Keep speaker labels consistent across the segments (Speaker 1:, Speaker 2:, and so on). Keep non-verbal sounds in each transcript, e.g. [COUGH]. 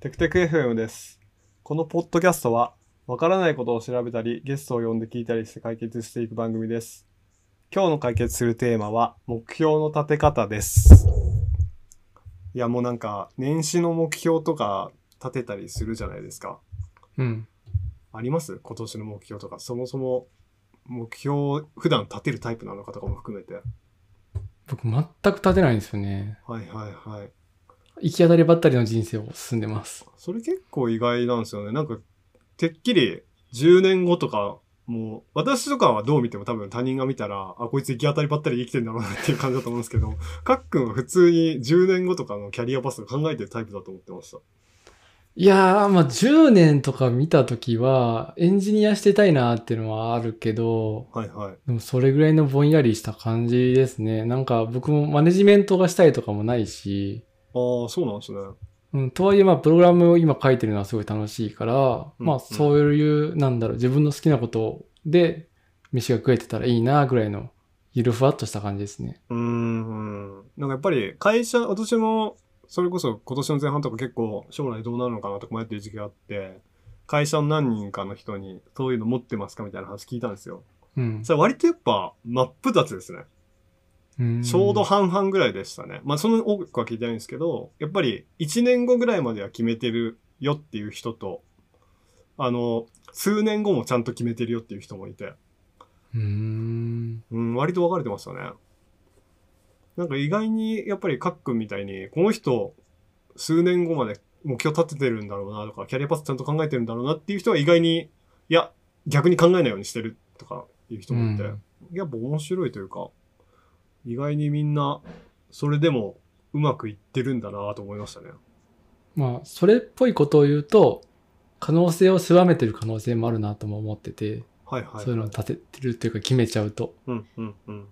Speaker 1: テクテク FM です。このポッドキャストは、わからないことを調べたり、ゲストを呼んで聞いたりして解決していく番組です。今日の解決するテーマは、目標の立て方です。いや、もうなんか、年始の目標とか立てたりするじゃないですか。
Speaker 2: うん。
Speaker 1: あります今年の目標とか。そもそも、目標を普段立てるタイプなのかとかも含めて。
Speaker 2: 僕、全く立てないんですよね。
Speaker 1: はいはいはい。
Speaker 2: 行き当たりばったりの人生を進んでます。
Speaker 1: それ結構意外なんですよね。なんか、てっきり10年後とか、もう、私とかはどう見ても多分他人が見たら、あ、こいつ行き当たりばったり生きてんだろうなっていう感じだと思うんですけ [LAUGHS] ど、かっくんは普通に10年後とかのキャリアパスを考えてるタイプだと思ってました。
Speaker 2: いやー、まあ、10年とか見たときは、エンジニアしてたいなーっていうのはあるけど、
Speaker 1: はいはい。
Speaker 2: でもそれぐらいのぼんやりした感じですね。なんか僕もマネジメントがしたいとかもないし、
Speaker 1: ああ、そうなんですね。
Speaker 2: うん、とはいえまあプログラムを今書いてるのはすごい楽しいから、
Speaker 1: うん
Speaker 2: まあそういう、なんだろう、自分の好きなことで飯が食えてたらいいなぐらいの、ゆるふわっとした感じですね。
Speaker 1: うーん。なんかやっぱり会社、私も、それこそ今年の前半とか結構将来どうなるのかなとか迷ってる時期があって、会社の何人かの人にそういうの持ってますかみたいな話聞いたんですよ。
Speaker 2: うん。
Speaker 1: それ割とやっぱ真っ二つですね。
Speaker 2: うん
Speaker 1: ちょうど半々ぐらいでしたね。まあ、その多くは聞いてないんですけど、やっぱり1年後ぐらいまでは決めてるよっていう人と、あの、数年後もちゃんと決めてるよっていう人もいて、
Speaker 2: うーん。
Speaker 1: うん、割と分かれてましたね。なんか意外に、やっぱりカックンみたいに、この人、数年後まで目標立ててるんだろうなとか、キャリアパスちゃんと考えてるんだろうなっていう人は意外に、いや、逆に考えないようにしてるとかいう人もいて、
Speaker 2: うん
Speaker 1: やっぱ面白いというか、意外にみんな、それでもうまくいってるんだなと思いましたね。
Speaker 2: まあ、それっぽいことを言うと、可能性を狭めてる可能性もあるなとも思ってて、
Speaker 1: はいはい。
Speaker 2: そういうのを立ててるっていうか決めちゃうと。
Speaker 1: うんうんうん。
Speaker 2: い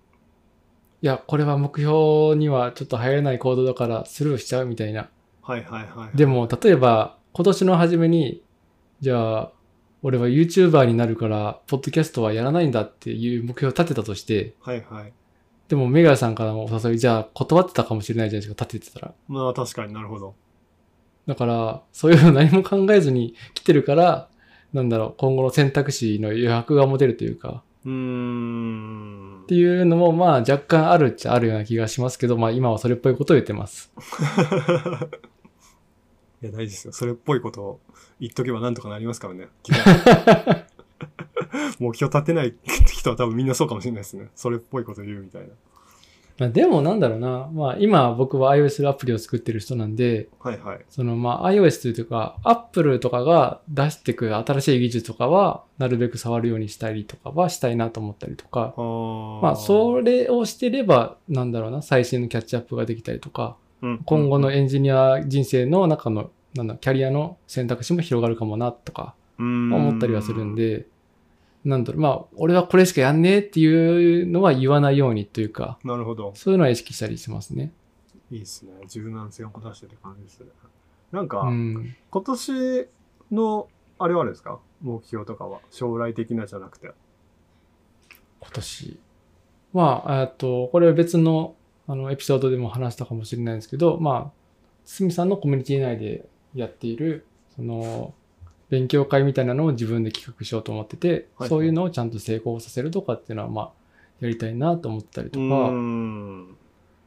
Speaker 2: や、これは目標にはちょっと入れない行動だからスルーしちゃうみたいな。
Speaker 1: はいはいはい。
Speaker 2: でも、例えば、今年の初めに、じゃあ、俺は YouTuber になるから、ポッドキャストはやらないんだっていう目標を立てたとして、
Speaker 1: はいはい。
Speaker 2: でもメガさんからのお誘い、じゃあ断ってたかもしれないじゃないですか、立ててたら。
Speaker 1: まあ確かになるほど。
Speaker 2: だから、そういうの何も考えずに来てるから、なんだろう、今後の選択肢の余白が持てるというか、
Speaker 1: うーん
Speaker 2: っ。ていうのも、まあ若干あるっちゃあるような気がしますけど、まあ今はそれっぽいことを言ってます。
Speaker 1: いや、大事ですよ。それっぽいことを言っとけばなんとかなりますからね。 [LAUGHS] 目標立てない人は多分みんなそうかもしれないですね。それっぽいこと言うみたいな。
Speaker 2: まあでもなんだろうな、まあ今僕は iOS アプリを作ってる人なんで、
Speaker 1: はいはい。
Speaker 2: そのまあ iOS というか、Apple とかが出してくる新しい技術とかは、なるべく触るようにしたりとかはしたいなと思ったりとか、
Speaker 1: あー
Speaker 2: まあそれをしてれば、なんだろうな、最新のキャッチアップができたりとか、
Speaker 1: うん
Speaker 2: 今後の
Speaker 1: う
Speaker 2: エンジニア人生の中のなんだキャリアの選択肢も広がるかもなとか
Speaker 1: ーん
Speaker 2: 思ったりはするん。で、なんだろう、まあ、俺はこれしかやんねえっていうのは言わないようにというか、
Speaker 1: なるほど。
Speaker 2: そういうのは意識したりしますね。
Speaker 1: いいですね。柔軟性をこなしてる感じですね。なんか、
Speaker 2: うん。
Speaker 1: 今年の、あれはあれですか目標とかは。将来的なじゃなくて。
Speaker 2: 今年。まあ、えっと、これは別のあのエピソードでも話したかもしれないんですけど、まあ、堤さんのコミュニティ内でやっている、その、勉強会みたいなのを自分で企画しようと思ってて、
Speaker 1: はい
Speaker 2: そういうのをちゃんと成功させるとかっていうのは、まあ、やりたいなと思ったりと
Speaker 1: うー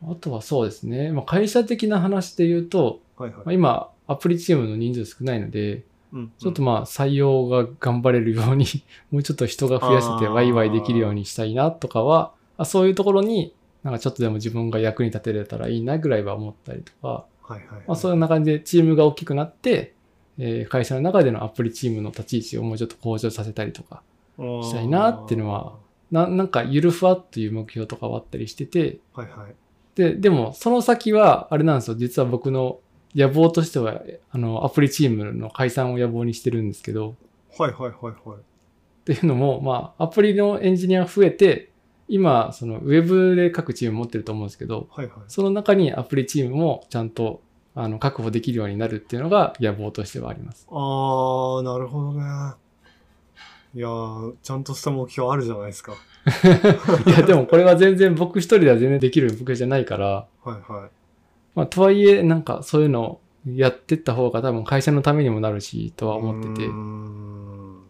Speaker 2: か、
Speaker 1: ん。
Speaker 2: あとはそうですね、まあ、会社的な話で言うと、
Speaker 1: はい
Speaker 2: まあ、
Speaker 1: はい。
Speaker 2: 今、アプリチームの人数少ないので、
Speaker 1: うん
Speaker 2: ちょっとまあ採用が頑張れるように、 [LAUGHS] もうちょっと人が増やせて
Speaker 1: あー
Speaker 2: ワイワイできるようにしたいなとかは、あそういうところに、なんかちょっとでも自分が役に立てれたらいいなぐらいは思ったりとか、
Speaker 1: はいはいはい。
Speaker 2: まあそんな感じでチームが大きくなって、えー会社の中でのアプリチームの立ち位置をもうちょっと向上させたりとか、したいなっていうのはななんかゆるふわっていう目標とかはあったりしてて、
Speaker 1: あー。はいはい。
Speaker 2: で、でもその先はあれなんですよ、実は僕の野望としては、あの、アプリチームの解散を野望にしてるんですけど、
Speaker 1: はいはいはいはい。
Speaker 2: っていうのも、まあ、アプリのエンジニアが増えて、今、そのウェブで各チーム持ってると思うんですけど、
Speaker 1: はいはい。
Speaker 2: その中にアプリチームもちゃんとあの確保できるようになるっていうのが野望としてはあり
Speaker 1: [LAUGHS]
Speaker 2: ます。
Speaker 1: ああ、なるほどね。いやー、ちゃんとした目標あるじゃないですか。
Speaker 2: いや、でもこれは全然僕一人では全然できる僕じゃないから、
Speaker 1: はいは
Speaker 2: まあ、とはいえ、なんかそういうのをやってった方が多分会社のためにもなるし、とは思ってて
Speaker 1: うー、ん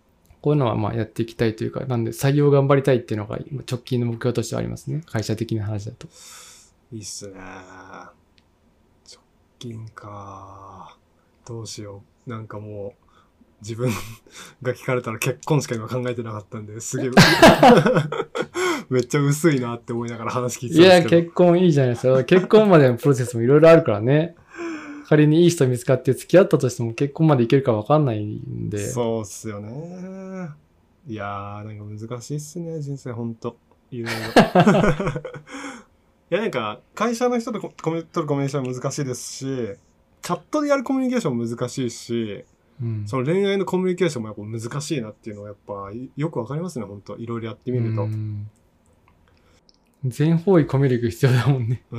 Speaker 2: こういうのはまあやっていきたいというか、なんで採用頑張りたいっていうのが今直近の目標としてはありますね。会社的な話だと。
Speaker 1: いいっすね。直近か。どうしよう。なんかもう、自分 [LAUGHS] が聞かれたら結婚しか今考えてなかったんで、すげえ、 [LAUGHS] めっちゃ薄いなって思いながら話聞いてた
Speaker 2: い
Speaker 1: んで
Speaker 2: や、
Speaker 1: すけど。
Speaker 2: 結婚いいじゃないですか。結婚までのプロセスもいろいろあるからね。
Speaker 1: [LAUGHS]
Speaker 2: 仮にいい人見つかって付き合ったとしても結婚までいけるかわかんないんで。
Speaker 1: そうっすよね。いやー、なんか難しいっすね、人生ほんと。いろいろ。 [LAUGHS] いや、なんか、会社の人とココミュ取るコミュニケーション難しいですし、チャットでやるコミュニケーションも難しいし、
Speaker 2: うん
Speaker 1: その恋愛のコミュニケーションもやっぱ難しいなっていうのはやっぱいよくわかりますね、本当いろいろやってみると。
Speaker 2: う
Speaker 1: うーん
Speaker 2: ん全方位コミュ力必要だもんね。
Speaker 1: ん。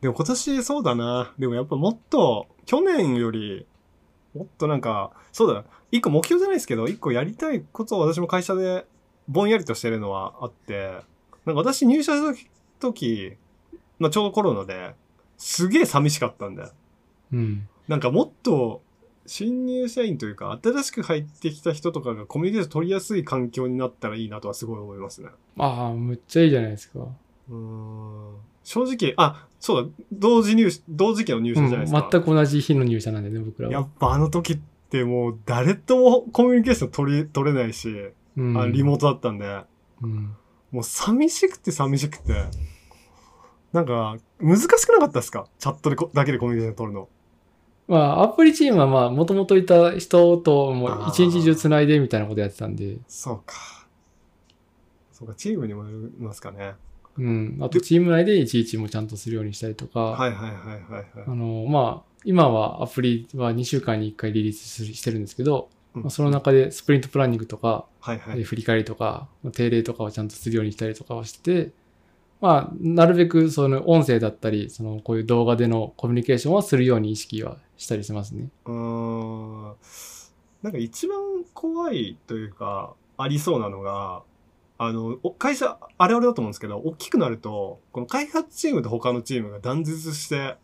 Speaker 1: でも今年そうだな。でもやっぱもっと、去年より、もっとなんか、そうだ、一個目標じゃないですけど、一個やりたいことを私も会社でぼんやりとしてるのはあって、なんか私入社した時、まあちょうどコロナで、すげえ寂しかったんだよ。
Speaker 2: うん。
Speaker 1: なんかもっと新入社員というか新しく入ってきた人とかがコミュニケーション取りやすい環境になったらいいなとはすごい思いますね。
Speaker 2: ああ、むっちゃいいじゃないですか。
Speaker 1: うーん正直、あ、そうだ、同時入社、同時期の入社じゃないですか。
Speaker 2: うん全く同じ日の入社なんでね、僕ら
Speaker 1: や
Speaker 2: は。
Speaker 1: っぱあの時ってもう誰ともコミュニケーション取り、取れないし、
Speaker 2: うん
Speaker 1: あリモートだったんで、
Speaker 2: うん
Speaker 1: もう寂しくて寂しくて、なんか難しくなかったですかチャットでこだけでコミュニケーション取るの。
Speaker 2: まあ、アプリチームはまあ、もともといた人ともう一日中つないでみたいなことやってたんで、
Speaker 1: そうか。そうか、チームにもよりますかね。
Speaker 2: うん。あと、チーム内でいちいちもちゃんとするようにしたりとか、
Speaker 1: はいはいはいはいはい
Speaker 2: あ。の、まあ、今はアプリは2週間に1回リリースするしてるんですけど、
Speaker 1: うん
Speaker 2: まあ、その中でスプリントプランニングとか、
Speaker 1: はいは
Speaker 2: え
Speaker 1: い。
Speaker 2: 振り返りとか、まあ定例とかをちゃんとするようにしたりとかをして、まあ、なるべくその音声だったり、そのこういう動画でのコミュニケーションはするように意識はしたりしますね。
Speaker 1: うーん。なんか一番怖いというか、ありそうなのが、あの、お会社、あれあれだと思うんですけど、大きくなると、この開発チームと他のチームが断絶して、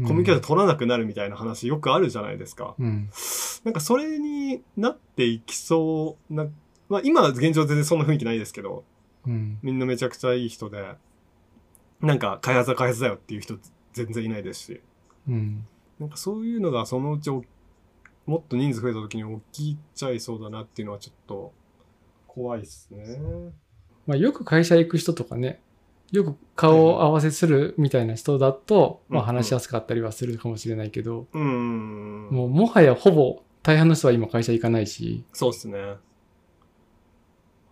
Speaker 2: コ
Speaker 1: コミュニケーション取らなくなるみたいな話よくあるじゃないですか。
Speaker 2: うん。
Speaker 1: なんかそれになっていきそうな、まあ今は現状全然そんな雰囲気ないですけど、
Speaker 2: うん。
Speaker 1: みんなめちゃくちゃいい人で、なんか開発は開発だよっていう人全然いないですし。
Speaker 2: うん。
Speaker 1: なんかそういうのがそのうちおもっと人数増えた時に起きちゃいそうだなっていうのはちょっと怖いですね。
Speaker 2: まあ、よく会社行く人とかね、よく顔を合わせするみたいな人だと、まあ、
Speaker 1: うんうん
Speaker 2: 話しやすかったりはするかもしれないけど、
Speaker 1: うーん。
Speaker 2: もうもはやほぼ大半の人は今会社行かないし、
Speaker 1: そうですね。あ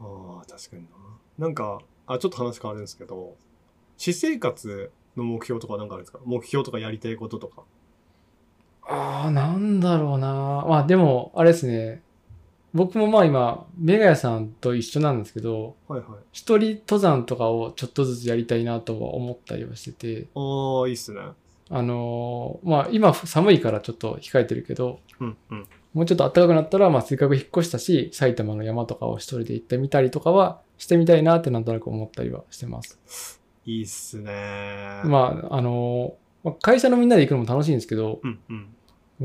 Speaker 1: あ、確かにな。なんか、あ、ちょっと話変わるんですけど、私生活の目標とかなんかあるんですか目標とかやりたいこととか。
Speaker 2: ああ、なんだろうな。まあでも、あれですね。僕もまあ今、メガヤさんと一緒なんですけど、
Speaker 1: はいはい。
Speaker 2: 一人登山とかをちょっとずつやりたいなとは思ったりはしてて、
Speaker 1: ああ、いいっすね。
Speaker 2: あのーまあ今寒いからちょっと控えてるけど、
Speaker 1: うんうん。
Speaker 2: もうちょっと暖かくなったら、まあせっかく引っ越したし、埼玉の山とかを一人で行ってみたりとかはしてみたいなってなんとなく思ったりはしてます。
Speaker 1: いいっすね。
Speaker 2: まあ、あのーまあ会社のみんなで行くのも楽しいんですけど、
Speaker 1: うんうん。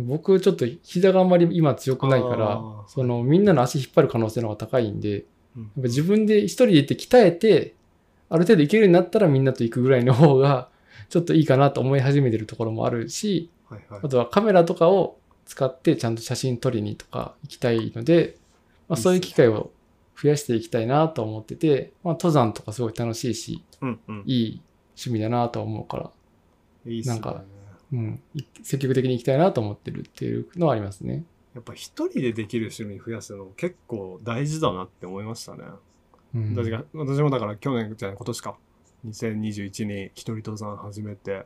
Speaker 2: 僕ちょっと膝があんまり今強くないか
Speaker 1: あ
Speaker 2: ら
Speaker 1: ー、
Speaker 2: そのみんなの足引っ張る可能性の方が高いんで、やっ
Speaker 1: うん
Speaker 2: ぱ自分で一人で行って鍛えて、ある程度行けるようになったらみんなと行くぐらいの方が、ちょっといいかなと思い始めてるところもあるし、
Speaker 1: はいはい
Speaker 2: あ。とはカメラとかを使ってちゃんと写真撮りにとか行きたいので、まあ、そういう機会を増やしていきたいなと思ってて、まあ、登山とかすごい楽しいし、
Speaker 1: うんうん。
Speaker 2: いい趣味だなと思うから、
Speaker 1: いいっすね。
Speaker 2: なんかうん、い積極的に行きたいなと思ってるっていうのはありますね。
Speaker 1: やっぱ一人でできる趣味増やすの結構大事だなって思いましたね。
Speaker 2: うん
Speaker 1: 私が私もだから去年じゃない今年か2021に一人登山始めて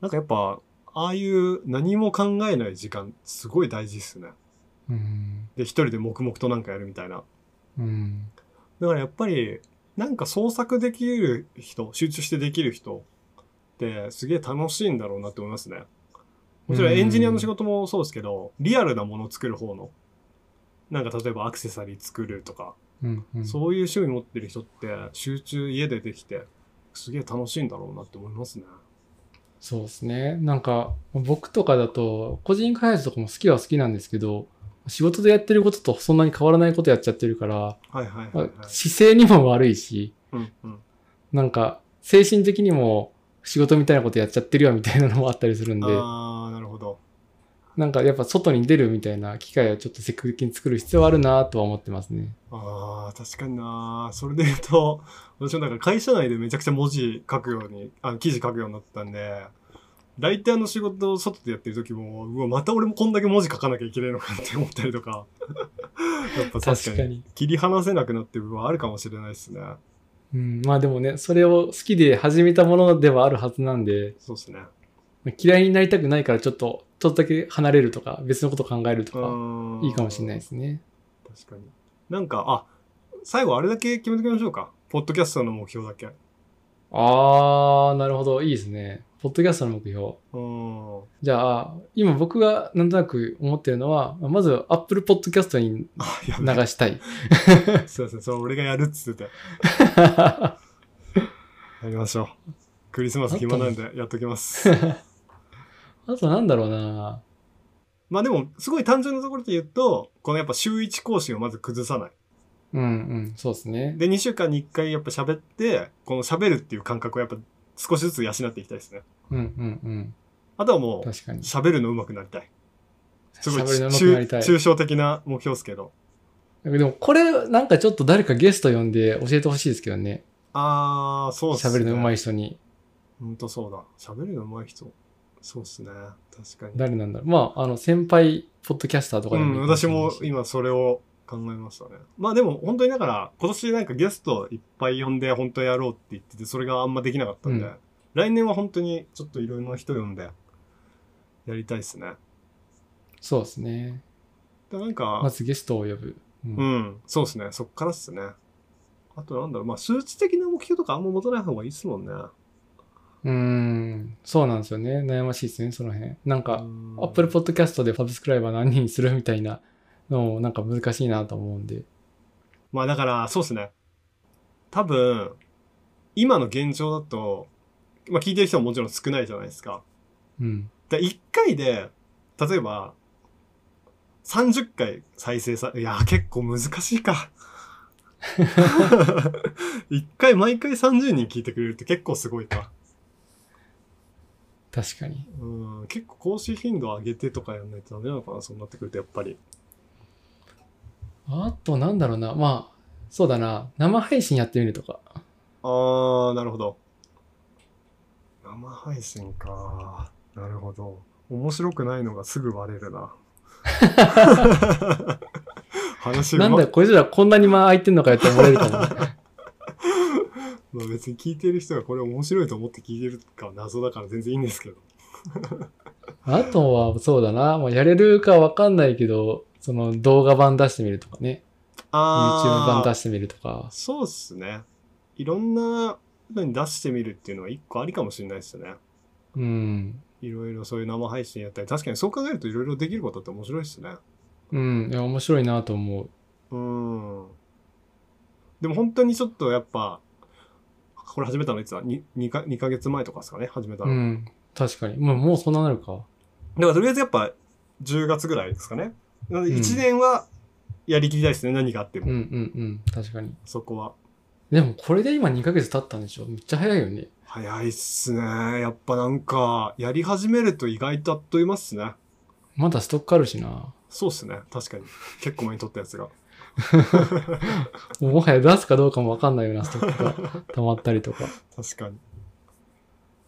Speaker 1: なんかやっぱああいう何も考えない時間すごい大事っすね
Speaker 2: うん
Speaker 1: で一人で黙々となんかやるみたいな
Speaker 2: うん
Speaker 1: だからやっぱりなんか創作できる人集中してできる人ってすげえ楽しいんだろうなって思いますねもちろんエンジニアの仕事もそうですけどリアルなものを作る方のなんか例えばアクセサリー作るとか
Speaker 2: うんうん
Speaker 1: そういう趣味持ってる人って集中家でできてすげえ楽しいんだろうなって思いますね。
Speaker 2: そうですね。なんか、僕とかだと、個人開発とかも好きは好きなんですけど、仕事でやってることとそんなに変わらないことやっちゃってるから、
Speaker 1: はいはいはい、
Speaker 2: ま
Speaker 1: は
Speaker 2: あ
Speaker 1: い。
Speaker 2: 姿勢にも悪いし、
Speaker 1: うんうん。
Speaker 2: なんか、精神的にも仕事みたいなことやっちゃってるよみたいなのもあったりするんで、
Speaker 1: ああ、なるほど。
Speaker 2: なんかやっぱ外に出るみたいな機会をちょっと積極的に作る必要はあるなとは思ってますね。
Speaker 1: ああ、確かにな。それで言うと、私もなんか会社内でめちゃくちゃ文字書くように、あの記事書くようになったんで、ライターの仕事を外でやってる時も、うわ、また俺もこんだけ文字書かなきゃいけないのかって思ったりとか、 [LAUGHS] やっぱ確か
Speaker 2: 確か
Speaker 1: に
Speaker 2: に。
Speaker 1: 切り離せなくなってる部分はあるかもしれないですね。
Speaker 2: うん、まあでもね、それを好きで始めたものではあるはずなんで、
Speaker 1: そうですね。
Speaker 2: 嫌いになりたくないからちょっと、ちょっとだけ離れるとか、別のこと考えるとか、いいかもしれない
Speaker 1: い
Speaker 2: で。すね。
Speaker 1: 確かに。なんか、あ、最後あれだけ決めておきましょうか。ポッドキャストの目標だけ。
Speaker 2: あー、なるほど。いいですね。ポッドキャストの目標。
Speaker 1: うん。 [LAUGHS]
Speaker 2: じゃあ、今僕がなんとなく思ってるのは、まず Apple Podcast に
Speaker 1: あ、や
Speaker 2: 流
Speaker 1: べえ。
Speaker 2: [LAUGHS] したい。
Speaker 1: [LAUGHS] すいません。それ俺がやるっつってて。やりましょう。クリスマス暇なんでやっときます。 [LAUGHS]
Speaker 2: あとなんだろうな
Speaker 1: まあでも、すごい単純なところで言うと、このやっぱ週1更新をまず崩さない。
Speaker 2: うんうん、そうですね。
Speaker 1: で、2週間に1回やっぱ喋って、この喋るっていう感覚をやっぱ少しずつ養っていきたいですね。
Speaker 2: うんうん
Speaker 1: あとは
Speaker 2: うん。
Speaker 1: もう、
Speaker 2: 確かに。
Speaker 1: 喋るの上手くなりたい。すごい、
Speaker 2: 喋るの上手くなりたい
Speaker 1: 抽象的な目標ですけど。
Speaker 2: でもこれなんかちょっと誰かゲスト呼んで教えてほしいですけどね。
Speaker 1: あー、そうっすね。
Speaker 2: 喋るの上手
Speaker 1: い。
Speaker 2: い人に。
Speaker 1: ほんとそうだ。喋るの上手い人。そうっすね。確かに。
Speaker 2: 誰なんだろう。まあ、あの、先輩、ポッドキャスターとか
Speaker 1: う
Speaker 2: でもい
Speaker 1: ん、
Speaker 2: いかし
Speaker 1: 私
Speaker 2: れない
Speaker 1: も
Speaker 2: し
Speaker 1: 今それを考えましたね。まあでも本当にだから、今年なんかゲストいっぱい呼んで本当やろうって言ってて、それがあんまできなかったんで、
Speaker 2: うん
Speaker 1: 来年は本当にちょっといろいろな人呼んで、やりたいですね。
Speaker 2: そうですね。
Speaker 1: でなん
Speaker 2: ま
Speaker 1: か、
Speaker 2: ずゲストを呼ぶ。うん
Speaker 1: うん、そうですね。そっからっすね。あとなんだろう、まあ数値的な目標とかあんま持たない方がいいっすもんね。
Speaker 2: うーん、そうなんですよね。悩ましいですね、その辺。なんか、
Speaker 1: ア
Speaker 2: Apple Podcast でサブスクライバー何人にするみたいなのもなんか難しいなと思うんで。
Speaker 1: まあだから、そうですね。多分、今の現状だと、まあ聞いてる人ももちろん少ないじゃないですか。
Speaker 2: うん。
Speaker 1: だ1回で、例えば、30回再生さ、いや、結構難しいか。1回毎回30人聞いてくれるって結構すごいか。
Speaker 2: 確かに。
Speaker 1: うん、結構更新頻度上げてとかやんないとダメなのかな、そうなってくるとやっぱり。
Speaker 2: あと、なんだろうな。まあ、そうだな。生配信やってみるとか。
Speaker 1: あー、なるほど。生配信か。なるほど。面白くないのがすぐ割れる
Speaker 2: [LAUGHS]
Speaker 1: な。話うま
Speaker 2: なんだよ、こいつらこんなに間空いてんのかよって思われるかも。
Speaker 1: まあ別に聞いてる人がこれ面白いと思って聞いてるかは謎だから全然いいんですけど。
Speaker 2: あとは、そうだな。まあ、やれるかわかんないけど、その動画版出してみるとかね。YouTube 版出してみるとか。
Speaker 1: そうっすね。いろんなのに出してみるっていうのは一個ありかもしれないですよね。
Speaker 2: うん。
Speaker 1: いろいろそういう生配信やったり、確かにそう考えるといろいろできることって面白いですね。
Speaker 2: うん。いや、面白いなと思う。
Speaker 1: うん。でも本当にちょっとやっぱ、これ始めたのいつだ 2, 2, か2ヶ月前とかですかね始めた
Speaker 2: う
Speaker 1: の。
Speaker 2: ん。確かに。もう、もうそんななるか。
Speaker 1: だからとりあえずやっぱ10月ぐらいですかね。なので1
Speaker 2: うん
Speaker 1: 年はやりきりたいですね。何があって
Speaker 2: うんう
Speaker 1: も。
Speaker 2: んうん。確かに。
Speaker 1: そこは。
Speaker 2: でも、これで今2ヶ月経ったんでしょめっちゃ早いよね。
Speaker 1: 早いっすね。やっぱなんか、やり始めると意外とあっという間っすね。
Speaker 2: まだストックあるしな。
Speaker 1: そうっすね。確かに。結構前に撮ったやつが。
Speaker 2: もうもはや出すかどうかもわかんないようなストッ
Speaker 1: [LAUGHS]
Speaker 2: クが溜まったりとか。
Speaker 1: 確かに。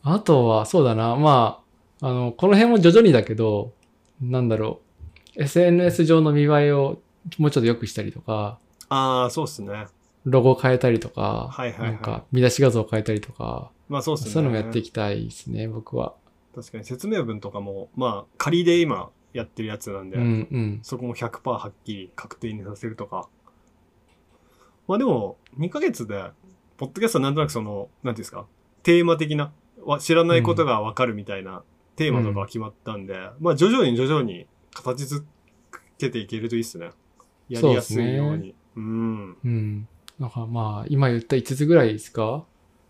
Speaker 2: あとは、そうだな。まあ、あの、この辺も徐々にだけど、なんだろう。SNS 上の見栄えをもうちょっと良くしたりとか、
Speaker 1: ああ、そうっすね。
Speaker 2: ロゴ変えたりとか、
Speaker 1: はいはいはい
Speaker 2: なんか見出し画像変えたりとか、
Speaker 1: まあそうっすね。
Speaker 2: そういうのもやっていきたいですね、僕は。
Speaker 1: 確かに説明文とかも、まあ仮で今やってるやつなんで、
Speaker 2: うんうん。
Speaker 1: そこも100%はっきり確定にさせるとか。まあでも、2ヶ月で、ポッドキャストはなんとなくその、なんていうんですか、テーマ的な、わ知らないことがわかるみたいなテーマとかは決まったんで、まあ徐々に徐々に形づけていけるといいっすね。やりやすいよう
Speaker 2: そうっす
Speaker 1: に。うん。
Speaker 2: うん。なんかまあ、今言った5つぐらいですか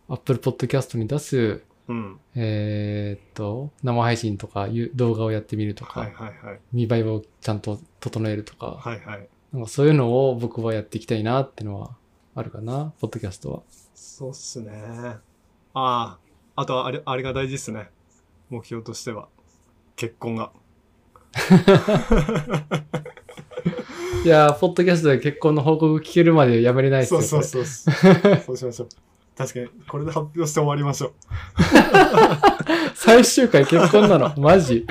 Speaker 2: ?Apple Podcast に出す、
Speaker 1: うん。
Speaker 2: えーっと、生配信とかいう動画をやってみるとか、
Speaker 1: はいはいはい。
Speaker 2: 見栄えをちゃんと整えるとか、
Speaker 1: はいはい。
Speaker 2: なんかそういうのを僕はやっていきたいなってのはあるかな、ポッドキャストは。
Speaker 1: そうっすね。ああ、あとはあれ、あれが大事っすね。目標としては。結婚が。
Speaker 2: いやー、ポッドキャストで結婚の報告聞けるまでやめれないです
Speaker 1: そ
Speaker 2: よ。
Speaker 1: うそう
Speaker 2: こ
Speaker 1: そう。
Speaker 2: [LAUGHS]
Speaker 1: そうしましょう。確かに、これで発表して終わりましょう。
Speaker 2: れ最終回結婚なの。マジ。